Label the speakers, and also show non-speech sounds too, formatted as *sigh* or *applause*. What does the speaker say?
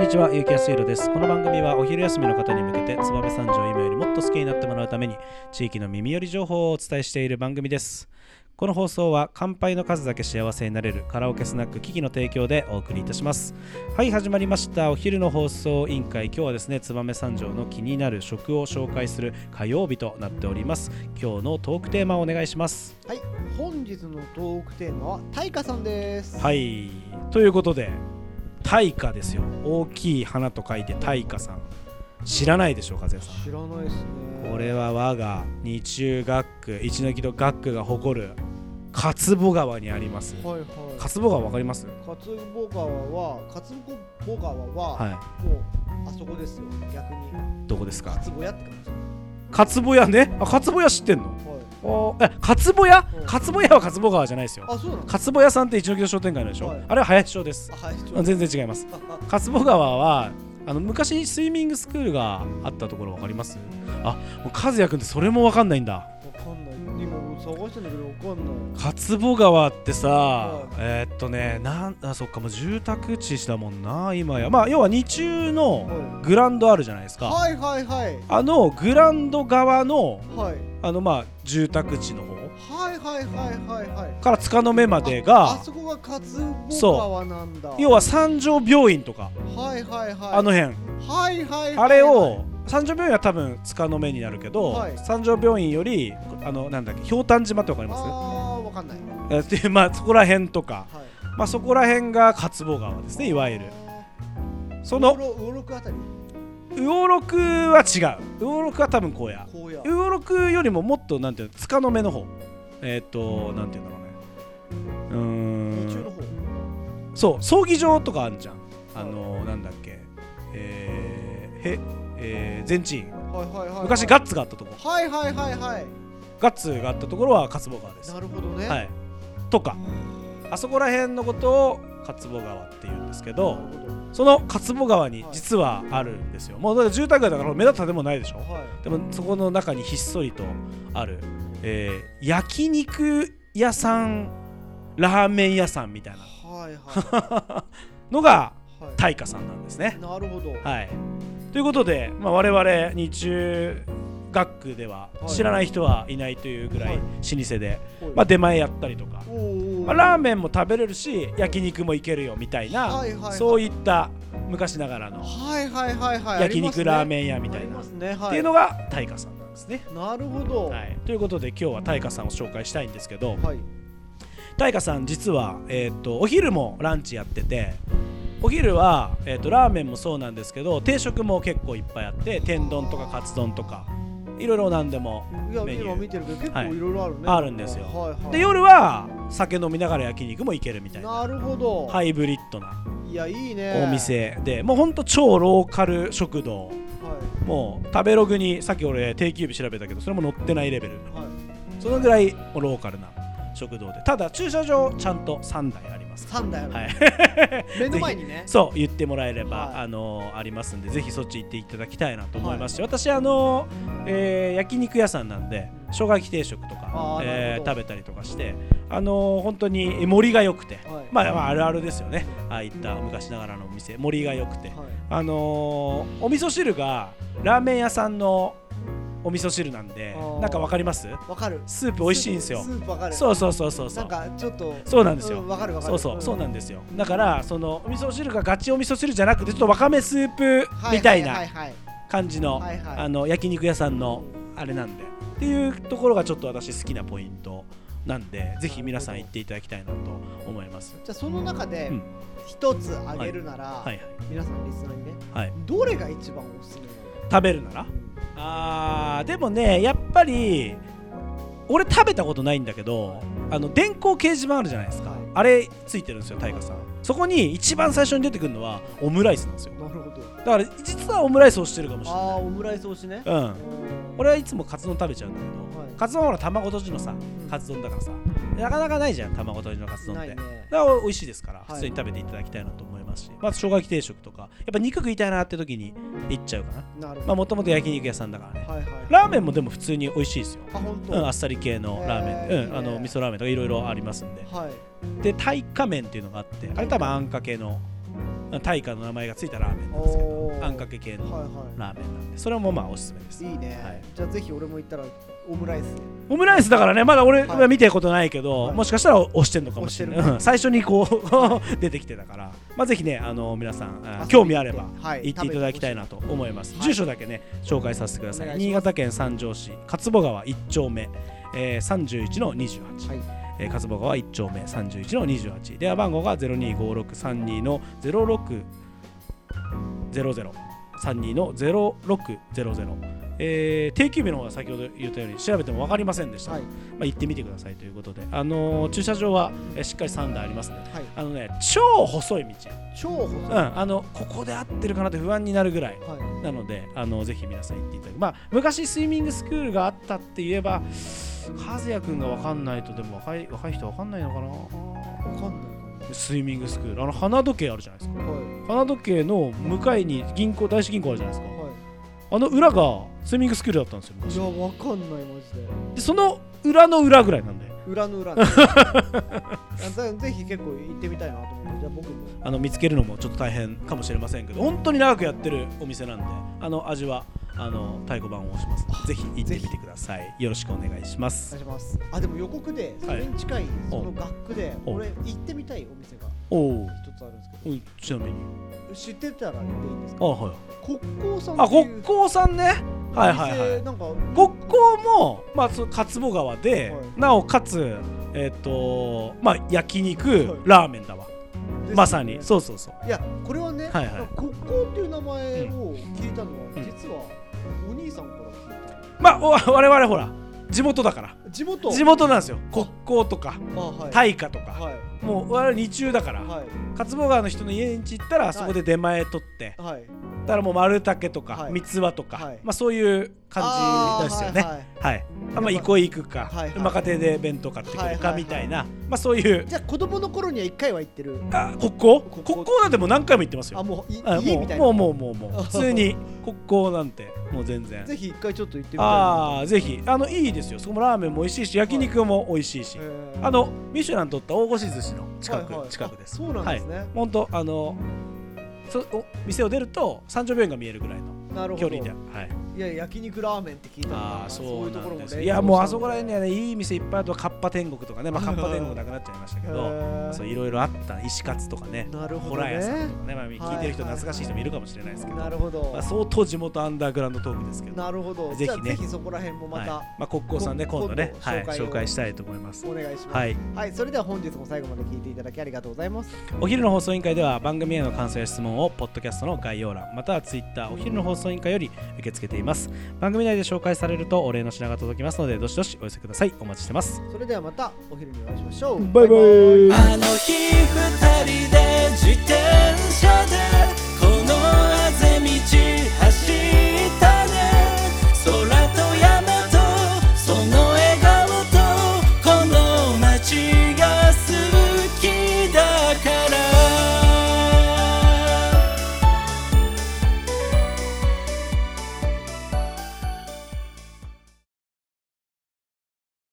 Speaker 1: にちは、ゆうきやすいろです。この番組はお昼休みの方に向けて、燕三条を今よりもっと好きになってもらうために、地域の耳寄り情報をお伝えしている番組です。この放送は、乾杯の数だけ幸せになれるカラオケスナック、キキの提供でお送りいたします。はい、始まりました。お昼の放送委員会、今日はですね、燕三条の気になる食を紹介する火曜日となっております。今日のトークテーマをお願いします。
Speaker 2: はい、本日のトークテーマはタイカさんです。い、
Speaker 1: はい、ということで、大花ですよ。大きい花と書いて大花さん。知らないでしょう、和也さん。
Speaker 2: 知らないですね。
Speaker 1: これは我が日中学区一ノ木戸学区が誇る勝保川にあります
Speaker 2: はいはい。
Speaker 1: 勝保川わかります
Speaker 2: カツボ川はカツボ川は、
Speaker 1: は
Speaker 2: もうあそこですよ。逆に
Speaker 1: いどこです
Speaker 2: カ
Speaker 1: か
Speaker 2: ツボ屋って感じ。
Speaker 1: 勝保屋ねあ勝保屋知ってんの
Speaker 2: はい。
Speaker 1: おーえ勝保屋
Speaker 2: うん
Speaker 1: 勝保屋は勝保川じゃないですよ
Speaker 2: あ、そうなの。
Speaker 1: 勝保屋さんって一ノ木戸商店街のでしょ、
Speaker 2: はい
Speaker 1: あれは林町です
Speaker 2: あ、はい。ち
Speaker 1: あ全然違います
Speaker 2: ょっと
Speaker 1: 勝保川はあの昔スイミングスクールがあったところわかりますあもう和也くんってそれもわかんないんだ
Speaker 2: わかんない。今探してんだけどわかんない。
Speaker 1: 勝保川ってさ、
Speaker 2: はい
Speaker 1: えーっとねなんあそっかもう住宅地だもんな今やまあ要は日中の
Speaker 2: は
Speaker 1: グラウンドあるじゃないですか、
Speaker 2: いはいはい
Speaker 1: あのグラウンド側の
Speaker 2: はい
Speaker 1: あのまあ住宅地の方
Speaker 2: はいはいはいはいはい。
Speaker 1: から束の目まで
Speaker 2: あ
Speaker 1: が
Speaker 2: あそこがカツ
Speaker 1: そう
Speaker 2: ボ川なんだ。
Speaker 1: 要は三条病院とか、
Speaker 2: はいはいはい。
Speaker 1: あの辺、
Speaker 2: はいはいはいはい。
Speaker 1: あれを三条病院は多分束の目になるけど、
Speaker 2: はい
Speaker 1: 三条病院よりあのなんだっけひょうたん島ってわかり
Speaker 2: あ
Speaker 1: ま
Speaker 2: あーわかんない。
Speaker 1: すえっていうまあそこら辺とか、
Speaker 2: はい。
Speaker 1: まあ、そこら辺が勝保川ですねいわゆるその
Speaker 2: ウオロウオロクあたり
Speaker 1: 魚六は違う魚六は多分荒野
Speaker 2: 荒野
Speaker 1: 魚六よりももっとなんていうのつかの目の方えっ、となんていうんだろうねう
Speaker 2: 日中
Speaker 1: ー
Speaker 2: の
Speaker 1: ん
Speaker 2: 方
Speaker 1: そう葬儀場とかあるじゃんあのなんだっけえー、へえー、全治院
Speaker 2: はいはいはいはい
Speaker 1: 昔ガッツがあったとこ
Speaker 2: はいはいはいはい
Speaker 1: ガッツがあったところは勝坊川です
Speaker 2: なるほどね
Speaker 1: はいとかあそこら辺のことを勝坊川っていうんですけ
Speaker 2: な
Speaker 1: ど
Speaker 2: るほ
Speaker 1: その勝坊川に
Speaker 2: はい
Speaker 1: 実はあるんですよもうだから住宅街だから目立った建物ないでしょ
Speaker 2: どはい
Speaker 1: でもそこの中にひっそりとある、えー焼肉屋さんラーメン屋さんみたいな
Speaker 2: はいは
Speaker 1: のが
Speaker 2: いはい
Speaker 1: 大花さんなんですね。
Speaker 2: なるほど
Speaker 1: はい、ということで、まあ、我々日中学区では
Speaker 2: はい
Speaker 1: 知らない人はいないというぐら
Speaker 2: はいい
Speaker 1: 老舗で、
Speaker 2: はい
Speaker 1: まあ、出前やったりとか、
Speaker 2: おーおー
Speaker 1: まあ、ラーメンも食べれるし焼肉もいけるよみたいな、
Speaker 2: はいはいはい
Speaker 1: そういった昔ながらの
Speaker 2: はいはいはいはい
Speaker 1: 焼肉ラーメン屋
Speaker 2: ン
Speaker 1: みたいな、
Speaker 2: ますね
Speaker 1: っ
Speaker 2: は
Speaker 1: ていうのが大花さんなんですね。
Speaker 2: なるほど
Speaker 1: は
Speaker 2: はい
Speaker 1: い、ということで今日は大花さんを紹介したいんですけど
Speaker 2: はい
Speaker 1: 大花さん実は、えー、とお昼もランチやっててお昼は、えー、とラーメンもそうなんですけど定食も結構いっぱいあって天丼とかカツ丼とかいろいろ何でも
Speaker 2: いや
Speaker 1: メニュー
Speaker 2: 今見てるけど結構
Speaker 1: はい
Speaker 2: いろいろあるね
Speaker 1: あるんですよ
Speaker 2: はいはい
Speaker 1: で夜は酒飲みながら焼肉も行けるみたいな
Speaker 2: なるほど
Speaker 1: ハ
Speaker 2: い
Speaker 1: イブリッドない
Speaker 2: やいいね
Speaker 1: お店でもうほんと超ローカル食堂
Speaker 2: は
Speaker 1: もう食べログにさっき俺定休日調べたけどそれも載ってないレベル
Speaker 2: いはい
Speaker 1: そのぐらいもうローカルな食堂でただ駐車場ちゃんと3台あります
Speaker 2: 三台ある
Speaker 1: はい *laughs*
Speaker 2: 目の前にね
Speaker 1: そう言ってもらえれば、
Speaker 2: はい
Speaker 1: あのーありますんでぜひそっち行っていただきたいなと思いますし、私あのーえー焼肉屋さんなんで生姜焼き定食とか
Speaker 2: あ、ーな
Speaker 1: え
Speaker 2: る
Speaker 1: ー
Speaker 2: ほど
Speaker 1: 食べたりとかしてあのー本当に盛りが良くて、
Speaker 2: はい
Speaker 1: まあ、まああるあるですよねああいった昔ながらのお店盛りが良くて、
Speaker 2: はい
Speaker 1: あのーお味噌汁がラーメン屋さんのお味噌汁なんで
Speaker 2: あー
Speaker 1: なんかわかります
Speaker 2: わかる
Speaker 1: スープ美味しいんですよ
Speaker 2: スープわかる
Speaker 1: そうそうそうそうそ
Speaker 2: な
Speaker 1: うん
Speaker 2: かちょっと
Speaker 1: そうなんですよ
Speaker 2: わかるわか
Speaker 1: そ
Speaker 2: る
Speaker 1: うそう、そうなん
Speaker 2: で
Speaker 1: ですよだからそのお味噌汁がガチお味噌汁じゃなくてちょっとわかめスープみたい
Speaker 2: はい
Speaker 1: な
Speaker 2: はい
Speaker 1: 感じの
Speaker 2: はいはい
Speaker 1: あの焼肉屋さんのあれなんでっていうところがちょっと私好きなポイントなんでぜひ皆さん行っていただきたいなと思います
Speaker 2: じゃあその中で
Speaker 1: うん
Speaker 2: 一つあげるなら、
Speaker 1: はい
Speaker 2: 皆さんリスナーにね
Speaker 1: はいはい
Speaker 2: どれが一番おすすめな
Speaker 1: 食べるならあーでもねやっぱり俺食べたことないんだけどあの電光掲示板あるじゃないですか
Speaker 2: はい
Speaker 1: あれついてるんですよ大河さんそこに一番最初に出てくるのはオムライスなんですよ
Speaker 2: のなるほど
Speaker 1: だから実はオムライスをしてるかもしれない
Speaker 2: ああーオムライス推しね、
Speaker 1: うん
Speaker 2: うん
Speaker 1: 俺はいつもカツ丼食べちゃうんだけど、
Speaker 2: はい
Speaker 1: カツ丼はほら卵とじのさカツ丼だからさなかなかないじゃん卵とじのカツ丼っ
Speaker 2: な
Speaker 1: て、
Speaker 2: いね
Speaker 1: だから美味しいですから
Speaker 2: い
Speaker 1: 普通に食べていただきたいなと思いますし、まず生姜焼き定食とかやっぱ肉食いたいなって時に行っちゃうかな
Speaker 2: なる
Speaker 1: まあ
Speaker 2: ほど、
Speaker 1: もともと焼肉屋さんだからね
Speaker 2: はいはい
Speaker 1: ラーメンもでも普通に美味しいですよ
Speaker 2: あ本当、
Speaker 1: うん、あっさり系のラーメン、
Speaker 2: へー
Speaker 1: うん、あの味噌ラーメンとかいろいろありますんで
Speaker 2: はい
Speaker 1: でタイカ麺っていうのがあってあれ多分あんかけの大化の名前がついたラーメンなんですけ
Speaker 2: お
Speaker 1: ど
Speaker 2: ー
Speaker 1: あんかけ系の
Speaker 2: はいは
Speaker 1: ラーメンなんでそれもまあおすすめです
Speaker 2: いいいね、
Speaker 1: はい
Speaker 2: じゃあぜひ俺も行ったらオムライスで
Speaker 1: オムライスだからねまだ俺は見てることないけど、
Speaker 2: はい
Speaker 1: もしかしたら押してんのかもしれない、
Speaker 2: 押してる
Speaker 1: うん最初にこう *laughs* 出てきてたから、まあ、ぜひねあの皆さん
Speaker 2: 遊びに
Speaker 1: あ
Speaker 2: 行っ
Speaker 1: ー
Speaker 2: て
Speaker 1: 興味あれば
Speaker 2: はい
Speaker 1: 行っていただきたいなと思います、
Speaker 2: はい
Speaker 1: 住所だけね紹介させてください
Speaker 2: お願いします
Speaker 1: 新潟県三条市勝保川1丁目、えー、31の28、
Speaker 2: はい
Speaker 1: えー、勝保川1丁目31の28電話番号が025632の060032の0600えー、定休日の方は先ほど言ったように調べても分かりませんでした、
Speaker 2: はい
Speaker 1: まあ、行ってみてくださいということで、あのー駐車場は、えーしっかり3台ありますね
Speaker 2: はい
Speaker 1: あのね超細い道、
Speaker 2: 超細い、
Speaker 1: うん、
Speaker 2: は
Speaker 1: あのここで合ってるかなって不安になるぐらい
Speaker 2: い
Speaker 1: なのであのぜひ皆さん行っていただきまあ昔スイミングスクールがあったって言えば和也くんが分かんないとでも若い若い人分かんないのか
Speaker 2: わかんない
Speaker 1: なスイミングスクールあの花時計あるじゃないですか
Speaker 2: かもは
Speaker 1: 花時計の向かいに銀行大使銀行あるじゃないです
Speaker 2: い
Speaker 1: か
Speaker 2: はい
Speaker 1: あの裏がスイミングスクールだったんですよ
Speaker 2: い
Speaker 1: 昔
Speaker 2: やわかんないマジで
Speaker 1: でその裏の裏ぐらいなんで
Speaker 2: 裏の
Speaker 1: *laughs*
Speaker 2: 裏あぜぜひ結構行ってみたいなと思ってじゃあ僕も
Speaker 1: あの見つけるのもちょっと大変かもしれませんけど本当に長くやってるお店なんであの味はあの太鼓判を押しますぜひ行ってみてくださいよろしくお願いしま
Speaker 2: お
Speaker 1: す
Speaker 2: 願いしますあでも予告でそれに近いその学区で
Speaker 1: お
Speaker 2: 俺行ってみたいお店が
Speaker 1: おおう
Speaker 2: 一つあるんですけ
Speaker 1: うんちなみに
Speaker 2: ど知ってたら行っていいんですか
Speaker 1: あはい
Speaker 2: 国交さん
Speaker 1: あ
Speaker 2: ってい
Speaker 1: 国
Speaker 2: う
Speaker 1: 交さんねはいはいは
Speaker 2: お
Speaker 1: い
Speaker 2: 店なんか
Speaker 1: 国交も、まあ、その勝保川で、
Speaker 2: はい
Speaker 1: なおかつえっ、とまあ焼肉、
Speaker 2: はい
Speaker 1: ラーメンだわ、
Speaker 2: ですよね
Speaker 1: まさにそうそうそう
Speaker 2: いやこれはね、
Speaker 1: はいはい
Speaker 2: 国交っていう名前を聞いたのは、
Speaker 1: ん
Speaker 2: 実はお兄さんから聞いた
Speaker 1: まあお我々ほら地元だから
Speaker 2: 地元
Speaker 1: 地元なんですよ国交とか
Speaker 2: あはい
Speaker 1: 大化とか、
Speaker 2: はい
Speaker 1: もう我々二中だから、
Speaker 2: はい
Speaker 1: 勝坊川の人の家に行ったら
Speaker 2: い
Speaker 1: そこで出前取って、
Speaker 2: はい
Speaker 1: だからもう丸竹とか、
Speaker 2: はい
Speaker 1: 三つ葉とか、
Speaker 2: はい
Speaker 1: まあそういう感じですよね
Speaker 2: あーはいはい
Speaker 1: はい、あまあ憩い行くか、
Speaker 2: はいはい
Speaker 1: まあ家庭で弁当買ってく
Speaker 2: はい
Speaker 1: る
Speaker 2: はいは
Speaker 1: か
Speaker 2: い
Speaker 1: みたいな、まあそういう
Speaker 2: じゃあ子供の頃には一回は行ってる
Speaker 1: あ国
Speaker 2: 国
Speaker 1: 交
Speaker 2: 交
Speaker 1: 国交なんてもう何回も言ってます
Speaker 2: あ
Speaker 1: よ
Speaker 2: もうい
Speaker 1: あ
Speaker 2: 家
Speaker 1: も
Speaker 2: みた
Speaker 1: う
Speaker 2: いな
Speaker 1: もうもうもう
Speaker 2: *laughs*
Speaker 1: もう普通に国交なんてもう全然
Speaker 2: ぜひ一回ちょっと行ってみたいな
Speaker 1: ああぜひあのいいですよそこもラーメンも美味しいし焼肉も美味しいし、
Speaker 2: へー
Speaker 1: あのミシュラン取った大越寿司の近く、
Speaker 2: はいはい
Speaker 1: 近くです
Speaker 2: あそうなんですね、
Speaker 1: 本当あのそお店を出ると三条病院が見えるぐらいの
Speaker 2: なるほ
Speaker 1: 距
Speaker 2: ど
Speaker 1: 離で、はい、
Speaker 2: いや焼肉ラーメンって聞いた
Speaker 1: ああ
Speaker 2: い
Speaker 1: そう
Speaker 2: うと
Speaker 1: な
Speaker 2: ころも
Speaker 1: んで
Speaker 2: ね
Speaker 1: すいやもうあそこら辺にはねいい店いっぱいあとカッパ天国と
Speaker 2: *laughs*
Speaker 1: かねまあカッパ天国なくなっちゃいましたけど
Speaker 2: へー
Speaker 1: そういろいろあった石勝とかね
Speaker 2: なるほ
Speaker 1: ホ
Speaker 2: ど
Speaker 1: ラー屋さん
Speaker 2: ね
Speaker 1: とかね、まあ、聞いてる人懐かしい人もいるかもしれないですけど、
Speaker 2: なるほど、
Speaker 1: まあ、相当地元アンダーグラウンドトークですけど、
Speaker 2: なるほど
Speaker 1: ぜひね
Speaker 2: じゃあぜひそこら辺もまた、
Speaker 1: はいまあ、国交さんね
Speaker 2: こ
Speaker 1: 今度ね
Speaker 2: 今度
Speaker 1: はい、
Speaker 2: 紹介を
Speaker 1: 紹介したいと思います。
Speaker 2: お願いします。
Speaker 1: は
Speaker 2: はい、
Speaker 1: い、
Speaker 2: それでは本日も最後まで聞いていただきありがとうございます。
Speaker 1: お昼の放送委員会では番組への感想や質問をポッドキャストの概要欄またはツイッターお昼の放送委員会より受け付けています番組内で紹介されるとお礼の品が届きますのでどしどしお寄せくださいお待ちしてます
Speaker 2: それではまたお昼にお会いしましょう。
Speaker 1: バイバイ
Speaker 3: あの日二人で自転車で